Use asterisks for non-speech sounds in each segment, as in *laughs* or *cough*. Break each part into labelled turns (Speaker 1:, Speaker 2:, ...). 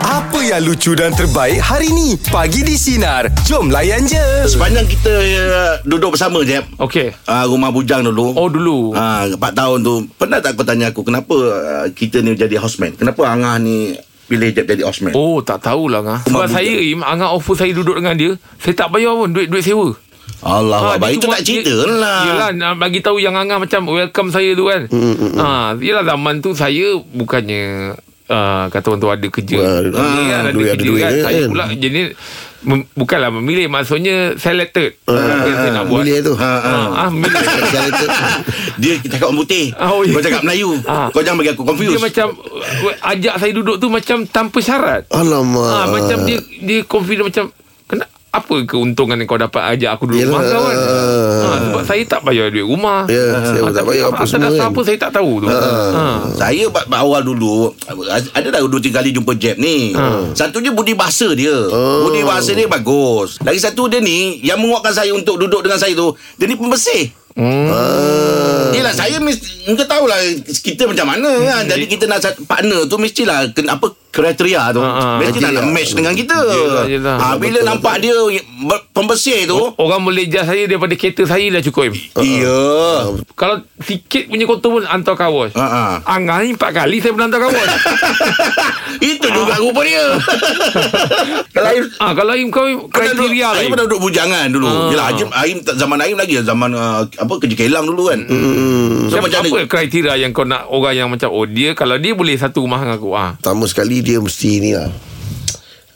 Speaker 1: Apa yang lucu dan terbaik hari ni? Pagi di Sinar. Jom layan je.
Speaker 2: Sepanjang kita uh, duduk bersama je
Speaker 3: Okey.
Speaker 2: uh, Rumah Bujang dulu
Speaker 3: Oh dulu.
Speaker 2: Ah, 4 tahun tu Pernah tak kau tanya aku Kenapa uh, kita ni jadi houseman Kenapa Angah ni Pilih Jeb jadi houseman oh.
Speaker 3: Oh tak tahulah Angah
Speaker 2: Rumah
Speaker 3: Sebab
Speaker 2: budak.
Speaker 3: saya Im Angah offer saya duduk dengan dia Saya tak bayar pun Duit-duit sewa
Speaker 2: Allah ha,
Speaker 3: Ah, dia
Speaker 2: Itu
Speaker 3: cuma-
Speaker 2: tak cerita
Speaker 3: dia-
Speaker 2: lah
Speaker 3: Yelah nak bagi tahu yang Angah macam Welcome saya tu kan ha, Yelah zaman tu saya Bukannya Uh, kata orang tu ada kerja
Speaker 4: Ah, ada-
Speaker 3: Ni kan,
Speaker 4: ada duit, ada duit kan,
Speaker 3: Saya
Speaker 4: kan?
Speaker 3: pula jenis mem, Bukanlah memilih Maksudnya selected
Speaker 2: Ah,
Speaker 3: uh, Yang saya nak buat
Speaker 4: Bilik tu
Speaker 2: ha, ha.
Speaker 3: Ah, ah, memilih.
Speaker 4: Cara tu
Speaker 2: *laughs* Dia cakap orang putih
Speaker 3: Ah, oh, ya.
Speaker 2: Kau cakap Melayu
Speaker 3: Ah.
Speaker 2: Kau jangan bagi aku confused
Speaker 3: Dia macam uh, Ajak saya duduk tu Macam tanpa syarat
Speaker 4: Alamak
Speaker 3: Ah, macam dia dia confident macam kena apa keuntungan yang kau dapat ajak aku duduk
Speaker 4: Yelah.
Speaker 3: rumah kau kan? Ha, sebab saya tak bayar duit rumah. Ah,
Speaker 4: Ya, saya pun tak
Speaker 3: tapi
Speaker 4: bayar apa
Speaker 3: atas
Speaker 4: semua
Speaker 3: dasar
Speaker 4: kan. Ah.
Speaker 3: apa saya tak tahu tu. Ha.
Speaker 2: Saya ba- ba- awal dulu Ada dah dua tiga kali jumpa Jeb ni
Speaker 3: Ha.
Speaker 2: Satu je budi bahasa dia Budi bahasa dia bagus Lagi satu dia ni Yang menguatkan saya untuk duduk dengan saya tu Dia ni pembersih
Speaker 3: Hmm.
Speaker 2: Yelah saya mesti Kau tahulah Kita macam mana kan
Speaker 3: Hmm.
Speaker 2: Jadi kita nak sat- partner tu Mestilah kena, Apa kriteria tu
Speaker 3: Ah, ah.
Speaker 2: Mestilah nak
Speaker 4: Yelah.
Speaker 2: match dengan kita
Speaker 3: Yelah, yelah.
Speaker 2: Ah, Bila nampak dia ber- Pembersih tu
Speaker 3: Orang boleh judge saya daripada kereta saya dah cukup. Im.
Speaker 2: Oh. Iya
Speaker 3: Kalau sikit punya kotor pun hantar kawas.
Speaker 2: Ah, ah.
Speaker 3: Angah ni empat kali saya pernah hantar
Speaker 4: *laughs*
Speaker 3: kawas.
Speaker 2: *laughs* Itu juga rupa dia Kalau Aim-
Speaker 3: ah, kalau Im kau Im,
Speaker 2: Pernah duduk-
Speaker 3: kriteria lah
Speaker 2: Aim
Speaker 3: Im.
Speaker 2: pernah duduk bujangan dulu.
Speaker 3: Ah.
Speaker 2: Yelah, Aim, Aim tak- zaman Aim lagi. Zaman uh, apa kerja kelang dulu kan.
Speaker 4: Mm,
Speaker 2: Hmm. So,
Speaker 3: Macam
Speaker 2: macam
Speaker 3: apa
Speaker 2: mana?
Speaker 3: kriteria yang kau nak orang yang macam oh dia kalau dia boleh satu rumah dengan aku ah.
Speaker 4: Pertama sekali dia mesti ni lah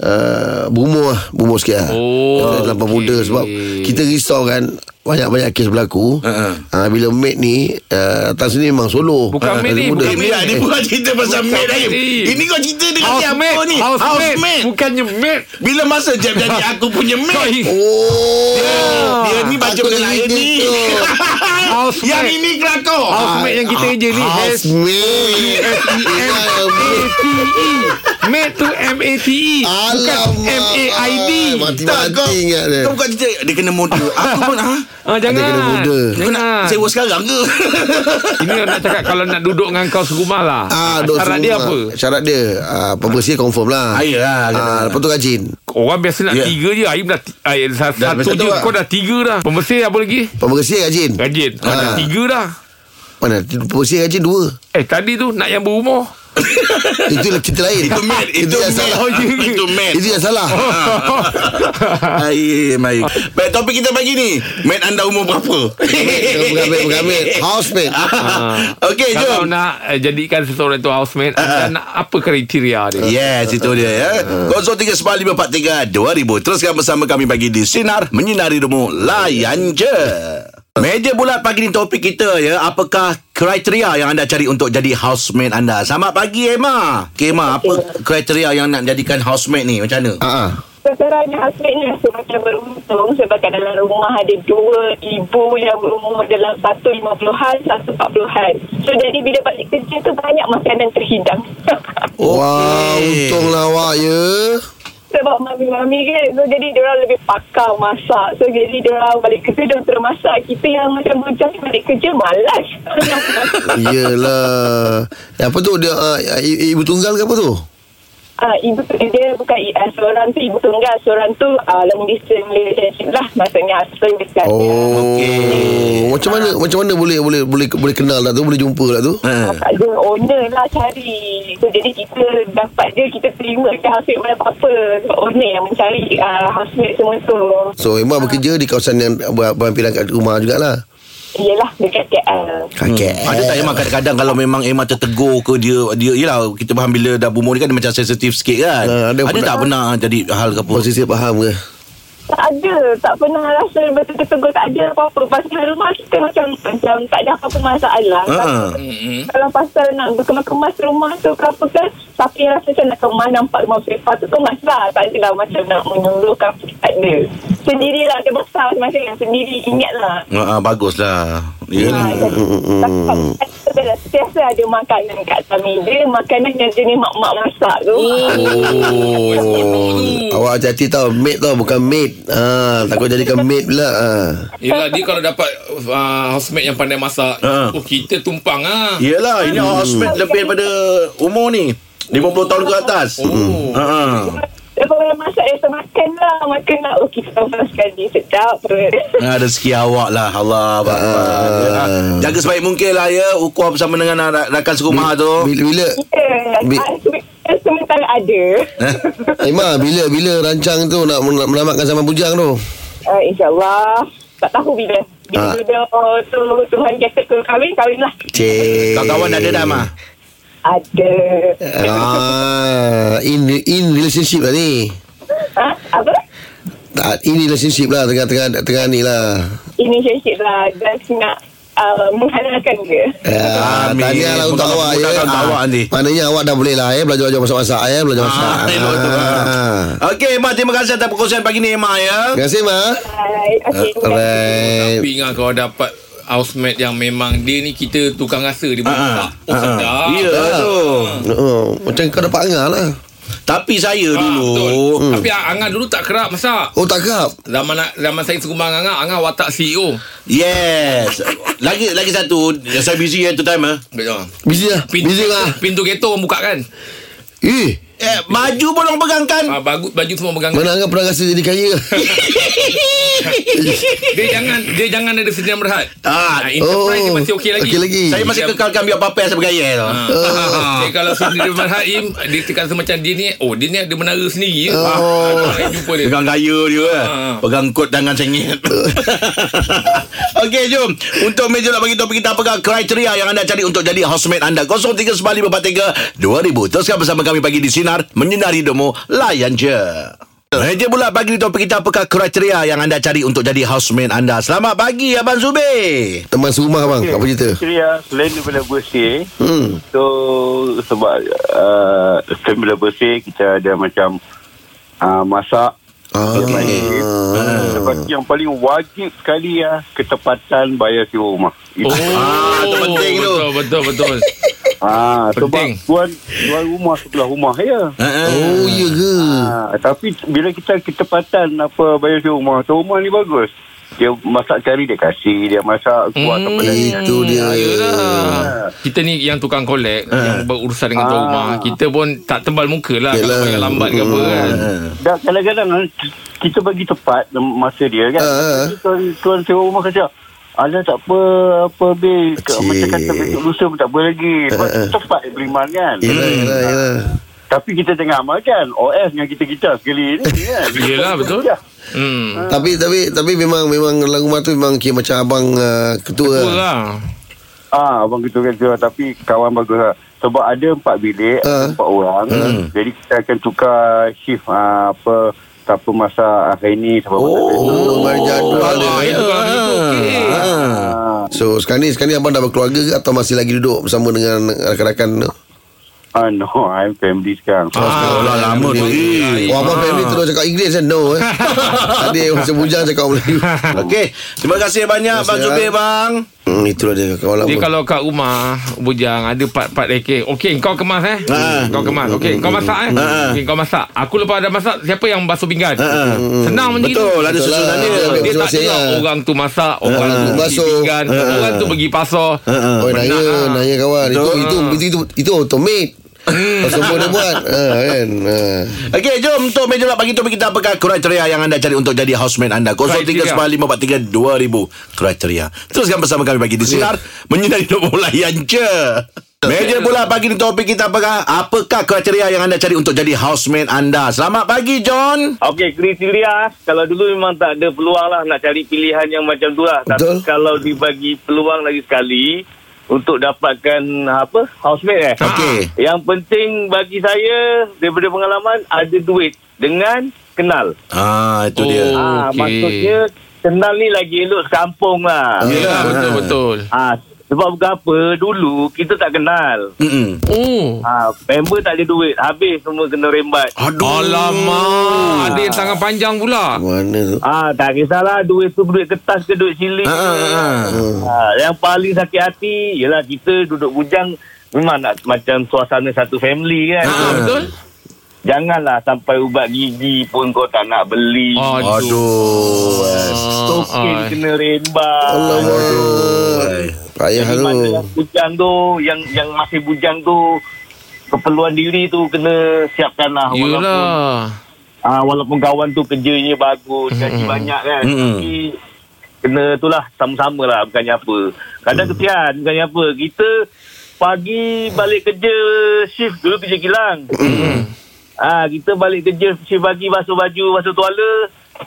Speaker 4: Uh, bumur lah Bumur sikit lah
Speaker 3: Oh,
Speaker 4: Kata Terlampau
Speaker 3: okey.
Speaker 4: muda Sebab kita risau kan Banyak-banyak kes berlaku
Speaker 2: Ha,
Speaker 4: uh-huh. uh, Bila mate ni uh, Datang sini memang solo
Speaker 3: Bukan
Speaker 4: Ah,
Speaker 3: mate ni,
Speaker 4: dari muda.
Speaker 2: Eh,
Speaker 3: bukan
Speaker 2: Mia, ni bukan cerita pasal
Speaker 3: Bukan
Speaker 2: maid Aim.
Speaker 3: mate.
Speaker 2: Ini kau cerita dengan siapa
Speaker 3: Housemate,
Speaker 2: ni?
Speaker 3: housemate. Bukannya mate.
Speaker 2: Bila masa Jeb
Speaker 3: *laughs*
Speaker 2: jadi aku punya
Speaker 3: Kau
Speaker 2: mate?
Speaker 4: Oh
Speaker 2: Dia ni baca
Speaker 4: Aku
Speaker 2: dengan
Speaker 4: dah
Speaker 2: air
Speaker 4: jadi
Speaker 2: *laughs* ni.
Speaker 4: tu.
Speaker 3: Housemate.
Speaker 2: Yang ini kelakor.
Speaker 3: Housemate yang kita kerja ni
Speaker 4: House mate
Speaker 3: S-E-M-A-T-E E. Mate tu M-A-T-E E. Bukan
Speaker 4: Alamak
Speaker 3: M-A-I-D
Speaker 2: Tak, kau,
Speaker 4: Mati-mati ingat dia
Speaker 2: kau bukan cerita. Dia kena
Speaker 3: *laughs*
Speaker 2: muda. Aku pun, ha?
Speaker 3: ah, Jangan
Speaker 4: kena muda.
Speaker 2: Kau
Speaker 3: Jangan
Speaker 2: nak sewa sekarang ke?
Speaker 3: Ini nak cakap Kalau nak duduk dengan kau serumah lah
Speaker 4: Ah, duk
Speaker 3: Syarat
Speaker 4: suruh
Speaker 3: dia
Speaker 4: mak.
Speaker 3: apa
Speaker 4: Syarat dia ah, Pembersih confirm lah
Speaker 2: Ah, yelah.
Speaker 4: ah, Lepas tu rajin
Speaker 3: Orang biasa nak
Speaker 2: Ya.
Speaker 3: tiga je Aim dah ti- ah, eh, sa-
Speaker 2: Dah,
Speaker 3: Satu
Speaker 2: satu
Speaker 3: je
Speaker 2: lah.
Speaker 3: Kau dah tiga dah Pembersih apa lagi
Speaker 4: Pembersih rajin
Speaker 3: Rajin Kau dah
Speaker 4: Ah.
Speaker 3: tiga dah
Speaker 4: Mana Pembersih rajin dua
Speaker 3: Eh tadi tu Nak yang berumur
Speaker 4: Itu lah cerita lain
Speaker 2: *laughs* Itu mate. Itu Oh, mate.
Speaker 4: yang
Speaker 3: Oh,
Speaker 4: salah
Speaker 3: *laughs*
Speaker 2: Itu mate.
Speaker 4: Itu yang salah
Speaker 2: *laughs* Air, air. Baik, topik kita pagi ni. Mate anda umur berapa?
Speaker 4: Pengambil Pengambil Housemate
Speaker 2: Ah. *laughs* Okey,
Speaker 3: Kalau
Speaker 2: jom.
Speaker 3: nak eh, Jadikan seseorang tu housemate
Speaker 4: Ah.
Speaker 3: Anda nak apa kriteria dia
Speaker 2: Yes, itu dia ya. 0395432000. Teruskan bersama kami bagi di Sinar Menyinari Demo Layan Je. Meja bulat pagi ni topik kita ya. Apakah kriteria yang anda cari untuk jadi housemate anda? Selamat pagi Emma. Okay, Emma, apa kriteria yang nak jadikan housemate ni? Macam mana?
Speaker 4: Ah, ah.
Speaker 5: Sekarang husband ni rasa macam beruntung sebab kat dalam rumah ada dua ibu yang berumur dalam satu lima puluhan, satu empat puluhan. So jadi bila balik kerja tu banyak makanan terhidang. *laughs*
Speaker 4: Oh. Wah Untunglah awak ya
Speaker 5: sebab mami-mami kan so jadi diorang lebih pakar masak. So jadi diorang balik kerja diorang terus masak. Kita yang macam bujang ni balik
Speaker 4: *laughs*
Speaker 5: kerja malas.
Speaker 4: Yelah Apa tu dia ah, i- Ibu tunggal ke apa tu
Speaker 5: Ah, ibu tu- dia bukan uh, seorang tu ibu tunggal, seorang tu uh, long distance relationship lah maksudnya husband dekat
Speaker 4: Oh Macam mana Macam mana boleh Boleh boleh boleh kenal lah tu Boleh jumpa lah tu
Speaker 2: Ha.
Speaker 5: Tak ada owner lah cari so, Jadi kita dapat dia Kita terima ke housemate mana apa-apa Sebab owner yang mencari uh, housemate semua tu
Speaker 4: So Emma bekerja di kawasan yang ber- berhampiran kat rumah jugalah
Speaker 5: Yelah dekat KL
Speaker 4: Kakek
Speaker 2: Hmm. Ada tak Emma kadang-kadang kalau memang Emma tertegur ke dia dia yalah kita faham bila dah umur ni kan dia macam sensitif sikit kan.
Speaker 4: Ha,
Speaker 2: ada
Speaker 4: ada
Speaker 2: ada
Speaker 4: pernah-
Speaker 2: tak pernah jadi hal ke apa?
Speaker 4: Posisi faham ke
Speaker 5: Tak ada Tak pernah rasa Betul tegur tak ada apa-apa Pasal rumah kita macam Macam tak ada apa-apa masalah
Speaker 2: Ha.
Speaker 5: Tapi Kalau pasal nak berkemas-kemas rumah tu Kenapa kan Tapi yang rasa macam nak kemas Nampak rumah sepa tu Kemas lah Tak adalah macam nak menyuruhkan Tak ada Sendirilah dia besar Macam yang sendiri Ingatlah
Speaker 2: Ha, ha baguslah.
Speaker 5: Ah,
Speaker 4: Hmm,
Speaker 2: Yalah.
Speaker 5: tapi- tapi Sentiasa ada makanan kat atas meja Makanan yang jenis mak-mak masak tu
Speaker 4: Hmm. Oh, awak hati-hati tau Maid tau Bukan maid ha, Takut jadikan maid pula ha.
Speaker 3: Yelah dia kalau dapat uh, housemate yang pandai masak
Speaker 2: Ha.
Speaker 3: Oh kita tumpang ah.
Speaker 2: Yalah ini hmm. housemate lebih daripada umur ni. 50 tahun ke atas.
Speaker 4: Hmm.
Speaker 3: Oh.
Speaker 2: Ha.
Speaker 5: Lepas orang masak Rasa makan lah Makan lah Oh kita tambah sekali Sedap Ya. perut
Speaker 2: Ah, rezeki awak lah Allah Akbar.
Speaker 4: Ah.
Speaker 2: Jaga sebaik mungkin lah ya Ukur bersama dengan ra- rakan serumah tu
Speaker 4: Bila, bila
Speaker 5: Ya
Speaker 4: Bi- Eh?
Speaker 5: ah, sementara- Sementara ada *laughs*
Speaker 4: Ima, bila bila rancang tu nak, nak menamatkan zaman bujang tu?
Speaker 5: uh, InsyaAllah Tak tahu bila
Speaker 4: Ah.
Speaker 5: Bila uh. tu Tuhan kata kau kahwin Kahwin lah
Speaker 4: Cik.
Speaker 2: Kau kawan ada dah mah
Speaker 5: Ada
Speaker 4: Eh, Ah, in in relationship lah ni.
Speaker 5: ha? Apa?
Speaker 4: Tak, in relationship lah tengah-tengah tengah ni lah.
Speaker 5: Ini syekh lah Dan nak uh, Menghalalkan dia
Speaker 4: Ya,
Speaker 2: Amin.
Speaker 4: tahniah lah untuk
Speaker 2: Moga-
Speaker 4: awak
Speaker 2: moga
Speaker 4: ya.
Speaker 2: untuk
Speaker 4: Ah,
Speaker 2: awak nanti.
Speaker 4: Maknanya awak dah boleh lah ya belajar-belajar masak-masak ya, belajar masak.
Speaker 2: Ah, elok tu,
Speaker 4: Ah.
Speaker 2: Okey Mak terima kasih atas perkongsian pagi ni Mak ya
Speaker 4: Terima kasih, Ma.
Speaker 5: Hai Okay
Speaker 4: Ah, Alright.
Speaker 3: Tapi ingat kalau dapat housemate yang memang dia ni kita tukang rasa dia
Speaker 4: Ha,
Speaker 3: pun
Speaker 2: Ah,
Speaker 3: tak. Oh,
Speaker 2: ah,
Speaker 3: sedap.
Speaker 2: Ya tu
Speaker 4: Oh, macam kau dapat angah lah.
Speaker 2: Tapi saya
Speaker 3: Ah,
Speaker 2: dulu hmm.
Speaker 3: betul.
Speaker 4: Hmm.
Speaker 3: Tapi Angan dulu tak kerap masak.
Speaker 4: Oh, tak kerap.
Speaker 3: Zaman zaman saya sekumbang Angan, Angan watak E CEO.
Speaker 2: Yes Lagi lagi satu Saya busy ya tu time eh.
Speaker 3: Betul.
Speaker 4: Busy lah.
Speaker 3: Pintu,
Speaker 4: Busy lah.
Speaker 3: pintu kereta orang buka kan.
Speaker 4: Eh,
Speaker 2: eh Baju pun orang pegang kan
Speaker 4: Hmm.
Speaker 3: Ah, bagus baju semua pegang.
Speaker 4: mana angah pernah rasa jadi kaya?
Speaker 3: Dia jangan dia jangan ada sedia berhad.
Speaker 2: Ah,
Speaker 3: Ah, enterprise dia masih okey lagi.
Speaker 4: oh. Okey lagi.
Speaker 2: Saya masih
Speaker 3: Dia-
Speaker 2: kekalkan biar papai saya bergaya tu
Speaker 3: Ah. Jadi kalau sendiri berhaim Dia tekan macam dia ni Oh dia ni ada menara sendiri ya? oh. ah, Saya jumpa dia
Speaker 2: Pegang gaya dia eh.
Speaker 3: Ah.
Speaker 2: Pegang kod tangan sengit *laughs* Okey jom Untuk meja nak bagi topik kita Apakah kriteria yang anda cari Untuk jadi housemate anda 0395432000 Teruskan bersama kami pagi di Sinar Menyinari Demo Layan je Meja pula pagi di topik kita Apakah kriteria yang anda cari Untuk jadi housemate anda Selamat pagi Abang Zubir
Speaker 4: Teman serumah bang, apa cerita?
Speaker 6: Kriteria ah, selain daripada bersih
Speaker 4: Hmm.
Speaker 6: So sebab uh, selain daripada bersih kita ada macam uh, masak
Speaker 4: Ah.
Speaker 6: dia baik. Ah, Lepas tu yang paling wajib sekali ya ketepatan bayar sewa rumah.
Speaker 7: oh.
Speaker 3: Oh.
Speaker 6: Itu.
Speaker 2: Ah, tu penting tu.
Speaker 3: Betul betul betul
Speaker 6: Ah,
Speaker 3: penting.
Speaker 6: sebab tuan tuan rumah sebelah rumah ya.
Speaker 4: Oh, iya ke?
Speaker 6: Ah, tapi bila kita ketepatan apa bayar sewa rumah, tu rumah ni bagus. Dia masak cari dia kasih, dia masak kuah hmm. apa lagi.
Speaker 4: Itu dia.
Speaker 6: Ah,
Speaker 3: Yelah Ah. Kita ni yang tukang collect Yang berurusan dengan tuan rumah Kita pun tak tebal muka lah Kalau
Speaker 4: Yelah.
Speaker 3: bayar lambat ke apa kan
Speaker 7: Hmm.
Speaker 6: Dah kadang-kadang kan, kita bagi tepat masa dia kan.
Speaker 4: Ah, ah.
Speaker 6: Uh. Tuan, tuan sewa rumah kata, Alah tak apa apa bil
Speaker 4: Cik.
Speaker 6: macam kata besok lusa pun tak apa lagi sebab
Speaker 4: Ah, ah.
Speaker 6: tepat beriman kan
Speaker 4: Yelah, yelah, yelah.
Speaker 6: tapi kita tengah amalkan OS dengan kita-kita sekali
Speaker 4: *laughs*
Speaker 6: ni kan
Speaker 3: Yelah, betul. hmm.
Speaker 4: Tapi tapi tapi memang memang lagu rumah tu memang kira macam abang uh, ketua.
Speaker 3: Betul lah
Speaker 6: Ah, abang kita kata tapi kawan bagus lah. Sebab ada empat bilik,
Speaker 4: Ah.
Speaker 6: uh. empat orang. Uh. Jadi kita akan tukar shift ah, apa siapa masak ah, hari ni, siapa masak hari ni.
Speaker 4: Oh, berjadual
Speaker 3: Ah,
Speaker 4: dia.
Speaker 3: itu kalau itu okey.
Speaker 6: Ah,
Speaker 4: So sekarang ni sekarang ni abang dah berkeluarga ke atau masih lagi duduk bersama dengan rakan-rakan tu?
Speaker 6: ah, no, I'm family sekarang.
Speaker 4: Ah.
Speaker 2: Oh lah lama tu
Speaker 4: Oh, abang family terus cakap Inggeris kan? No eh. Tadi macam bujang cakap Melayu.
Speaker 2: Okey Terima kasih banyak
Speaker 4: Terima
Speaker 2: Abang
Speaker 4: kasih,
Speaker 2: Zubir
Speaker 4: Abang.
Speaker 2: bang
Speaker 4: Hmm, itulah dia kau lama.
Speaker 3: Dia kalau kat rumah Bujang Ada part-part AK Okey kau kemas eh
Speaker 2: Ha.
Speaker 3: Kau kemas Okey kau masak eh
Speaker 2: Ha.
Speaker 3: Okey kau masak Aku lepas dah masak Siapa yang basuh pinggan
Speaker 2: Ha.
Speaker 3: Senang macam itu
Speaker 2: Betul Ada
Speaker 4: Betul
Speaker 2: susunan
Speaker 4: lah.
Speaker 2: dia
Speaker 4: Betul.
Speaker 3: dia tak
Speaker 4: Masing-masing
Speaker 3: tengok
Speaker 2: ya.
Speaker 4: lah.
Speaker 3: orang tu masak
Speaker 2: Ha.
Speaker 3: Orang tu basuh
Speaker 4: Basuh.
Speaker 3: pinggan Orang tu pergi pasar
Speaker 4: Oh, naya,
Speaker 3: Benar lah.
Speaker 4: naya kawan. Itu itu itu itu, itu automate. Semua dia buat. Ha kan. Ha.
Speaker 2: Okey, jom untuk meja pula bagi topik kita apakah kriteria yang anda cari untuk jadi housemate anda. 0395432000 kriteria. Teruskan bersama kami bagi di sinar menyinari hidup layan je. Meja pula pagi ni topik kita apakah apakah kriteria yang anda cari untuk jadi housemate anda. Selamat pagi John.
Speaker 7: Okey, kriteria kalau dulu memang tak ada peluang lah nak cari pilihan yang macam tu lah. Tapi
Speaker 4: Betul.
Speaker 7: kalau dibagi peluang lagi sekali untuk dapatkan apa housemate eh.
Speaker 3: Ah.
Speaker 2: Okey.
Speaker 7: Yang penting bagi saya daripada pengalaman ada duit dengan kenal.
Speaker 2: Ah itu dia.
Speaker 3: Oh.
Speaker 7: Ah,
Speaker 3: Okey.
Speaker 7: maksudnya kenal ni lagi elok sekampung lah.
Speaker 3: Yelah
Speaker 2: Ha.
Speaker 3: betul-betul
Speaker 7: Ah, sebab bukan apa dulu kita tak kenal.
Speaker 2: Mm-mm.
Speaker 3: Oh
Speaker 7: Ah, member tak ada duit, habis semua kena rembat.
Speaker 2: Aduh.
Speaker 3: Alamak Ada yang tangan panjang pula
Speaker 4: Mana tu?
Speaker 7: Ah, tak kisahlah duit tu duit kertas ke duit siling.
Speaker 2: Ah, ah,
Speaker 7: ke.
Speaker 2: ah.
Speaker 7: Ha, yang paling sakit hati ialah kita duduk bujang memang nak macam suasana satu family kan.
Speaker 2: Ha.
Speaker 3: Ah, Betul
Speaker 7: Janganlah sampai ubat gigi pun kau tak nak beli. Oh,
Speaker 2: Aduh. eh.
Speaker 7: Token
Speaker 3: Ah,
Speaker 7: kena rembat.
Speaker 4: Alamak. Ya, Payah
Speaker 7: Jadi
Speaker 4: tu.
Speaker 7: lah? mana yang bujang tu, yang yang masih bujang tu keperluan diri tu kena siapkan lah walaupun
Speaker 3: Yelah
Speaker 7: Ah walaupun kawan tu kerjanya bagus, gaji mm-hmm. banyak kan.
Speaker 2: Mm-mm.
Speaker 7: Mm-hmm. Tapi kena itulah sama-sama lah bukannya apa. Kadang mm. kesian bukannya apa. Kita pagi balik kerja shift dulu kerja kilang. Mm. Ah kita balik kerja shift pagi basuh baju, basuh tuala.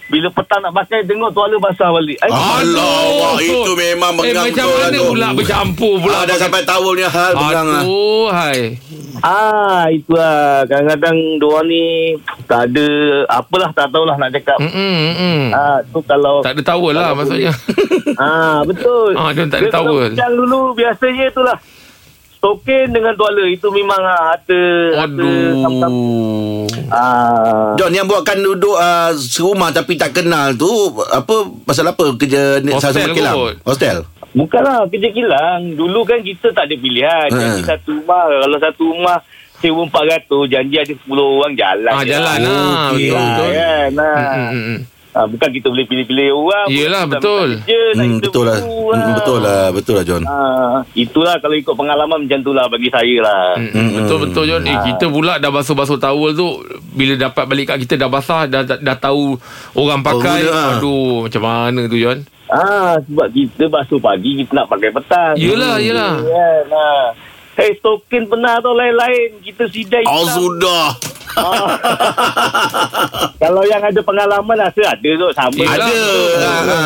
Speaker 7: Bila petang nak pakai tengok tuala basah balik. Ay,
Speaker 2: Alah, wah,
Speaker 3: Aduh.
Speaker 2: itu memang
Speaker 3: Eh
Speaker 2: mengang
Speaker 3: macam
Speaker 2: tu lah
Speaker 3: mana
Speaker 2: tu.
Speaker 3: pula bercampur pula
Speaker 2: Ah, dah sampai tahun ni hal pegang lah.
Speaker 3: Aduh hai
Speaker 7: Ah itu lah kadang-kadang diorang ni tak ada apalah tak tahulah nak cakap. Mm.
Speaker 3: Mm-mm, mm-mm.
Speaker 7: Ah tu kalau
Speaker 3: Tak ada tawar lah
Speaker 2: *laughs*
Speaker 3: maksudnya
Speaker 7: Ah betul.
Speaker 3: Ah, dia tak ada
Speaker 7: Dia kalau
Speaker 3: towel.
Speaker 7: Yang dulu biasanya itulah. Token dengan tuala itu memang ah, harta harta sama-sama.
Speaker 3: Aduh
Speaker 7: Ah,
Speaker 2: John yang buatkan duduk uh, serumah tapi tak kenal tu apa pasal apa kerja ni
Speaker 3: Hostel
Speaker 2: sama kilang?
Speaker 3: kot.
Speaker 2: Hostel.
Speaker 7: bukanlah kerja kilang. Dulu kan kita tak ada pilihan.
Speaker 2: Ha.
Speaker 7: Jadi satu rumah kalau satu rumah sewa 400 janji ada 10 orang jalan.
Speaker 3: Ah,
Speaker 7: je
Speaker 3: jalan
Speaker 7: lah.
Speaker 3: lah.
Speaker 7: Okey
Speaker 3: Betul,
Speaker 7: lah,
Speaker 3: betul.
Speaker 7: Kan, ah.
Speaker 3: Mm, mm, mm.
Speaker 7: Ah, bukan kita boleh pilih-pilih orang.
Speaker 3: Yelah,
Speaker 7: bukan kita
Speaker 3: betul.
Speaker 7: minta Kerja, nak
Speaker 2: Hmm,
Speaker 7: kita
Speaker 2: betul lah.
Speaker 7: buku
Speaker 2: Hmm, betul lah, betul lah John.
Speaker 7: Ah, itulah kalau ikut pengalaman macam tu lah bagi saya lah.
Speaker 3: Mm-mm. Betul-betul John eh, Kita pula dah basuh-basuh towel tu Bila dapat balik kat kita Dah basah Dah, dah, dah tahu Orang pakai
Speaker 2: guna, ah.
Speaker 3: Aduh Macam mana tu John
Speaker 7: Ah, sebab kita basuh pagi kita nak pakai petang.
Speaker 3: Yelah, yelah.
Speaker 7: Kan, ah. Hey, token pernah tau lain-lain. Kita
Speaker 3: Ah,
Speaker 7: sidai
Speaker 2: Oh sudah.
Speaker 7: Kalau yang ada pengalaman rasa ada tu sama.
Speaker 3: Yelah.
Speaker 2: Ada.
Speaker 3: Betul.
Speaker 2: Ha.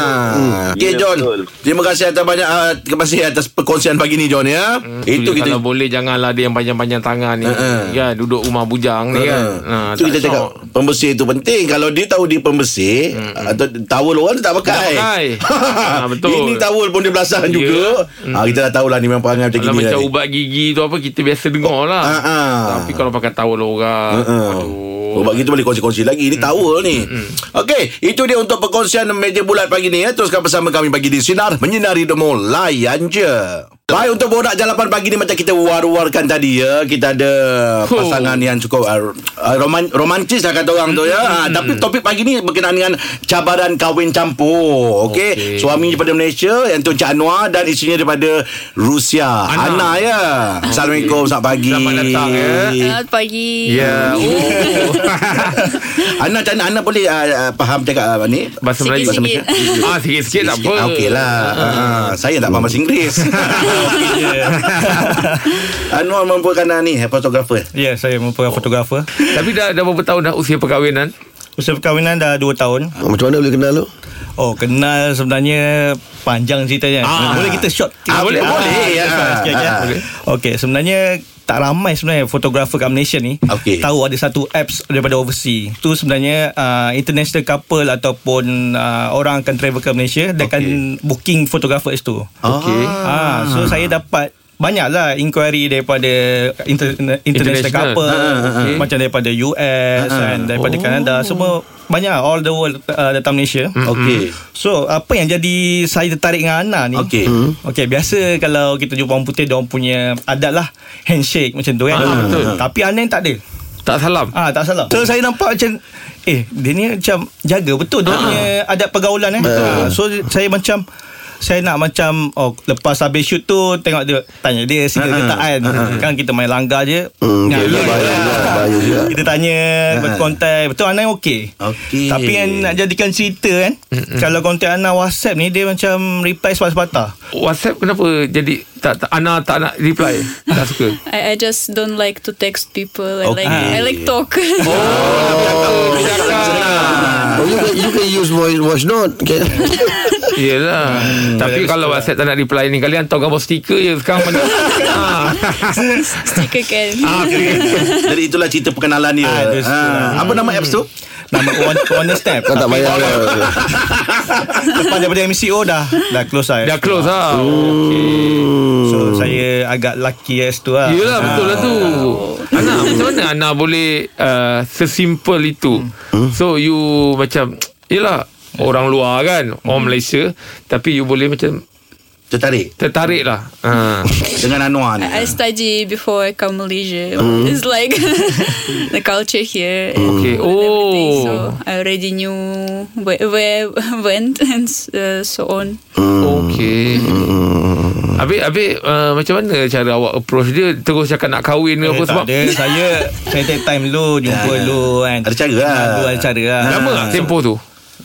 Speaker 2: Okey
Speaker 7: Ya,
Speaker 2: John.
Speaker 7: betul.
Speaker 2: Terima kasih atas banyak uh, terima kasih atas perkongsian pagi ni John ya. Itu
Speaker 3: Hmm,
Speaker 2: kita
Speaker 3: Kalau boleh Janganlah ada yang panjang-panjang tangan ni
Speaker 2: Ha-ha.
Speaker 3: Ya duduk rumah bujang ni kan
Speaker 2: Ha,
Speaker 3: tak
Speaker 2: tu kita
Speaker 3: syok.
Speaker 2: cakap pembersih tu penting kalau dia tahu dia pembersih atau tawul orang tu tak pakai.
Speaker 3: Hmm.
Speaker 2: *laughs*
Speaker 3: Tak pakai. Ha, betul.
Speaker 2: Ini tawul pun dia belasah
Speaker 3: Ya.
Speaker 2: juga. Ha, kita dah tahulah ni memang perangai macam
Speaker 3: Kalau
Speaker 2: gini.
Speaker 3: macam
Speaker 2: tadi.
Speaker 3: ubat gigi tu apa Kita biasa dengar lah
Speaker 2: Ah, ah.
Speaker 3: Tapi kalau pakai towel orang
Speaker 2: Uh-uh.
Speaker 3: Aduh Mm,
Speaker 2: Sebab kita boleh kongsi-kongsi lagi Ini towel ni Okey Itu dia untuk perkongsian Meja bulat pagi ni ya. Teruskan bersama kami Pagi di Sinar Menyinari Demo Layan je Baik untuk borak jalapan pagi ni Macam kita war-warkan tadi ya Kita ada
Speaker 3: Huh.
Speaker 2: Pasangan yang cukup uh, uh, roman, Romantis lah kata orang tu ya
Speaker 3: Mm-hmm.
Speaker 2: ha, Tapi topik pagi ni Berkenaan dengan Cabaran kahwin campur Okey
Speaker 3: Okey.
Speaker 2: okay. Suami daripada Malaysia Yang tu Encik Anwar Dan istrinya daripada Rusia Ana,
Speaker 3: Ana.
Speaker 2: ya Assalamualaikum Selamat pagi
Speaker 3: Ah, Selamat datang, ya.
Speaker 8: Selamat pagi. *laughs*
Speaker 3: Ya oh.
Speaker 2: *laughs* Ana macam mana? Ana boleh uh, uh, faham cakap uh, ni
Speaker 3: Bahasa Melayu
Speaker 8: Sikit-sikit.
Speaker 3: Ah sikit-sikit tak apa
Speaker 2: Ah, Okey lah Ah, Saya tak faham bahasa Inggeris *laughs* Anwar merupakan ah, ni Fotografer
Speaker 9: Ya, yeah, saya merupakan fotografer.
Speaker 3: Tapi dah, dah berapa tahun dah usia perkahwinan
Speaker 9: Usia perkahwinan dah 2 tahun.
Speaker 4: Ha, Macam mana boleh kenal tu?
Speaker 9: Oh, kenal sebenarnya panjang ceritanya.
Speaker 2: Ah.
Speaker 9: Ah. Boleh kita short?
Speaker 2: Ah, boleh, boleh, ya.
Speaker 9: Sikit aja.
Speaker 2: Ah, boleh.
Speaker 9: Okey, sebenarnya tak ramai sebenarnya fotografer kat Malaysia ni
Speaker 2: Okey.
Speaker 9: tahu ada satu apps daripada overseas. Tu sebenarnya uh, international couple ataupun uh, orang akan travel ke Malaysia dia akan booking fotografer kat situ.
Speaker 3: Okey.
Speaker 9: Ah, so saya dapat banyaklah inquiry daripada inter, international,
Speaker 3: International.
Speaker 9: couple
Speaker 3: Ah, ah, ah.
Speaker 9: okay. macam daripada US and daripada oh. Kanada semua banyak all the world uh, datang Malaysia.
Speaker 2: Okey
Speaker 9: So apa yang jadi saya tertarik dengan Ana ni
Speaker 2: Okey.
Speaker 9: hmm. Okay biasa kalau kita jumpa orang putih Dia orang punya adat lah Handshake macam tu kan
Speaker 3: Ah, betul.
Speaker 9: Tapi Ana ni tak ada
Speaker 3: Tak salam
Speaker 9: Ah tak salah. So saya nampak macam eh dia ni macam jaga betul dia punya adat pergaulan eh. Ah, so saya macam saya nak macam oh lepas habis shoot tu tengok dia tanya dia single ke tak kan. Kan kita main langgar je.
Speaker 4: Hmm,
Speaker 9: Nah,
Speaker 4: okay,
Speaker 9: dia-
Speaker 4: bahaya juga, bahaya juga.
Speaker 9: Kita tanya berkontak betul Ana okey. Ah.
Speaker 2: Okey.
Speaker 9: Tapi kan, yang nak jadikan cerita kan kalau kontak Ana WhatsApp ni dia macam reply sepatah-sepatah.
Speaker 3: WhatsApp kenapa jadi tak, tak Ana tak nak reply Tak suka
Speaker 8: I, I just don't like to text people. I like I like talk. *laughs*
Speaker 4: Oh, you can, you can use voice voice note. Can,
Speaker 3: Yelah Tapi kalau WhatsApp tak nak reply ni Kalian hantar gambar stiker je sekarang mana ah.
Speaker 8: Sticker can.
Speaker 2: *laughs* Jadi itulah cerita perkenalan dia
Speaker 9: Ah, itu
Speaker 2: ah,
Speaker 9: sudah.
Speaker 2: Apa nama apps tu?
Speaker 9: Nama *laughs* one, one step.
Speaker 4: kau tak payah. lah.
Speaker 9: Lepas daripada MCO dah dah close lah.
Speaker 3: Dah close lah
Speaker 9: So saya agak lucky as tu lah
Speaker 3: Yelah betul lah
Speaker 9: Ah.
Speaker 3: tu Ana macam mana Ana boleh uh, Sesimpel itu So you macam Yelah Orang luar kan Orang Malaysia Tapi you boleh macam
Speaker 2: Tertarik
Speaker 3: Tertarik lah ha.
Speaker 2: Dengan Anwar ni
Speaker 8: *laughs* I, I study before I come Malaysia. It's like *laughs* the culture here.
Speaker 3: Okay.
Speaker 8: and everything.
Speaker 3: Oh.
Speaker 8: So I already knew *laughs* where, where went and uh, so on.
Speaker 3: Okay Habis habis uh, macam mana cara awak approach dia terus cakap nak kahwin ke
Speaker 9: Eh,
Speaker 3: apa
Speaker 9: tak
Speaker 3: sebab
Speaker 9: *laughs* ada Saya Saya take time dulu Jumpa
Speaker 2: Ya.
Speaker 9: dulu kan
Speaker 2: Ada cara lah.
Speaker 9: Ada, ada cara lah
Speaker 3: lama tak Ah, tempoh tu?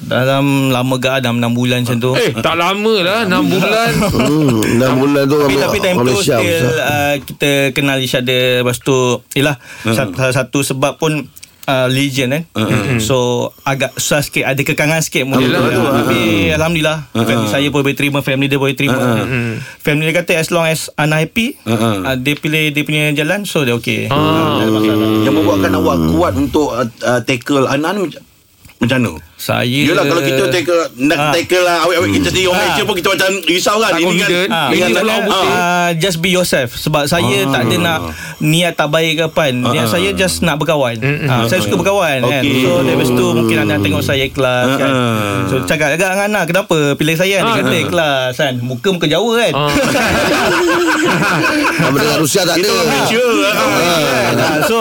Speaker 9: Dalam lama ke dalam 6 bulan macam tu
Speaker 3: Eh tak lama lah 6 bulan.
Speaker 4: Hmm, 6 bulan tu
Speaker 9: tapi,
Speaker 4: ramai-
Speaker 9: tapi time
Speaker 4: ramai
Speaker 9: tu
Speaker 4: Syam,
Speaker 9: still
Speaker 4: Ustaz.
Speaker 9: uh, Kita kenal each other Lepas tu Yelah satu, salah satu sebab pun uh, Religion kan So Agak susah sikit Ada kekangan sikit mungkin
Speaker 3: Yelah, betul.
Speaker 9: Tapi Alhamdulillah Family saya pun boleh terima Family dia boleh terima Hmm. Family dia kata As long as Anak happy uh, Dia pilih dia punya jalan So dia okay
Speaker 3: Ah,
Speaker 2: Yang membuatkan awak kuat untuk uh, uh, tackle anak ni macam- macam mana?
Speaker 9: Saya
Speaker 2: Yelah kalau kita tackle nak
Speaker 9: Ya. Ah.
Speaker 2: tackle lah awet-awet kita sendiri orang
Speaker 9: Ah.
Speaker 2: Malaysia pun kita macam risau kan.
Speaker 3: Tak confident.
Speaker 9: Ah,
Speaker 3: Ini
Speaker 9: ini
Speaker 3: pulau putih.
Speaker 9: uh, just be yourself sebab saya tak ada nak niat tak baik ke apa. kan. Niat saya just nak berkawan. Ah, saya suka berkawan kan.
Speaker 2: Okey.
Speaker 9: So dari situ mungkin anak tengok saya ikhlas kan. So cakap juga dengan anak kenapa pilih
Speaker 3: Ah.
Speaker 9: saya kan? Dia kata ikhlas kan. Muka muka Jawa kan.
Speaker 4: Sama dengan Rusia tak ada.
Speaker 2: Malaysia.
Speaker 3: eh.
Speaker 9: Ah, so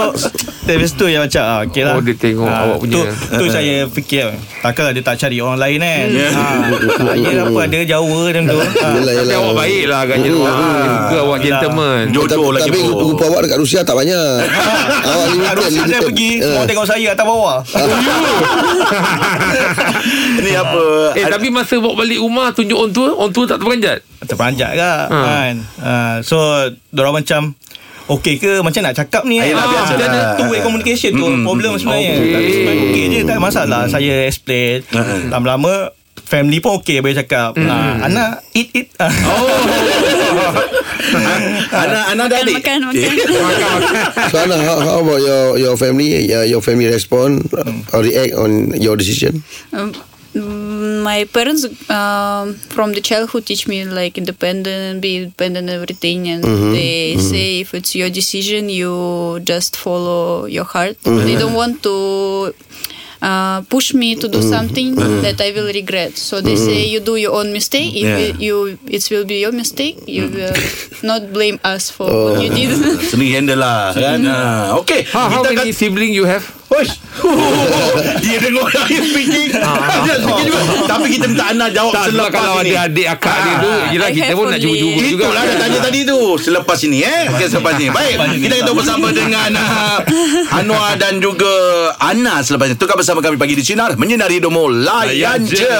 Speaker 9: dari situ yang macam ah, okay lah.
Speaker 3: Oh, dia tengok awak punya.
Speaker 9: Tu, tu saya fikir takkanlah dia tak cari orang lain kan. Ha, saya apa ada Jawa dan tu.
Speaker 4: Yelah,
Speaker 9: Ah.
Speaker 3: Tapi
Speaker 4: yelah.
Speaker 3: awak baik lah agaknya
Speaker 4: Hmm,
Speaker 3: awak juga awak
Speaker 9: Yelah.
Speaker 3: gentleman.
Speaker 2: Jo- Jodoh lah
Speaker 4: tapi,
Speaker 2: lagi
Speaker 4: Tapi
Speaker 2: pun.
Speaker 4: rupa awak dekat Rusia tak banyak. awak limited.
Speaker 9: Ah, Harus saya
Speaker 4: limited.
Speaker 9: pergi
Speaker 4: Eh.
Speaker 9: Semua tengok saya atas bawah
Speaker 2: Ni apa?
Speaker 3: Eh
Speaker 2: Ada-
Speaker 3: tapi masa bawa balik rumah tunjuk orang tua, orang tua tak terperanjat.
Speaker 9: Terpanjat ke ha.
Speaker 3: Ha.
Speaker 9: kan ha. So Diorang macam Okey ke Macam nak cakap ni
Speaker 2: Ayolah,
Speaker 9: Ah, Hmm.
Speaker 2: biasa
Speaker 9: Macam
Speaker 2: lah.
Speaker 9: mana two way communication tu Problem sebenarnya
Speaker 3: Okey.
Speaker 9: Tapi sebenarnya okey je Tak ada masalah Saya explain Lama-lama Family pun okey Boleh cakap ha. Anak Eat eat Ah.
Speaker 2: anak anak dah adik.
Speaker 8: Makan, makan. *laughs*
Speaker 4: *laughs* So Ana, how, how about your your family? Your, your family respond or react on your decision?
Speaker 8: Um, my parents um, from the childhood teach me like independent be independent in everything and they say if it's your decision you just follow your heart they don't want to uh, push me to do something that I will regret so they say you do your own mistake if
Speaker 2: Yeah.
Speaker 8: it- you it will be your mistake you will not blame us for what you did *laughs*
Speaker 2: Sendiri handle lah kan. Ha. Okey,
Speaker 3: Ha, how
Speaker 2: kita akan
Speaker 3: many sibling you have?
Speaker 2: Hush. *laughs* Dia dengar saya speaking.
Speaker 3: Ha,
Speaker 2: Dia speaking juga. Tapi kita minta Ana jawab
Speaker 3: Tak Ah. sebab
Speaker 2: selepas
Speaker 3: kalau
Speaker 2: ini.
Speaker 3: ada adik akak dia tu, yelah
Speaker 8: I
Speaker 3: kita
Speaker 8: have
Speaker 3: pun nak
Speaker 8: only-
Speaker 3: jubur-jubur juga. lah.
Speaker 2: Itulah dah tanya tadi tu Selepas ini eh okay, Selepas ini Baik Kita akan tunggu bersama dengan uh, Anwar dan juga Ana Selepas ini Tukar bersama kami Pagi di Sinar Menyinari Domo Layan
Speaker 3: Layan je.
Speaker 2: je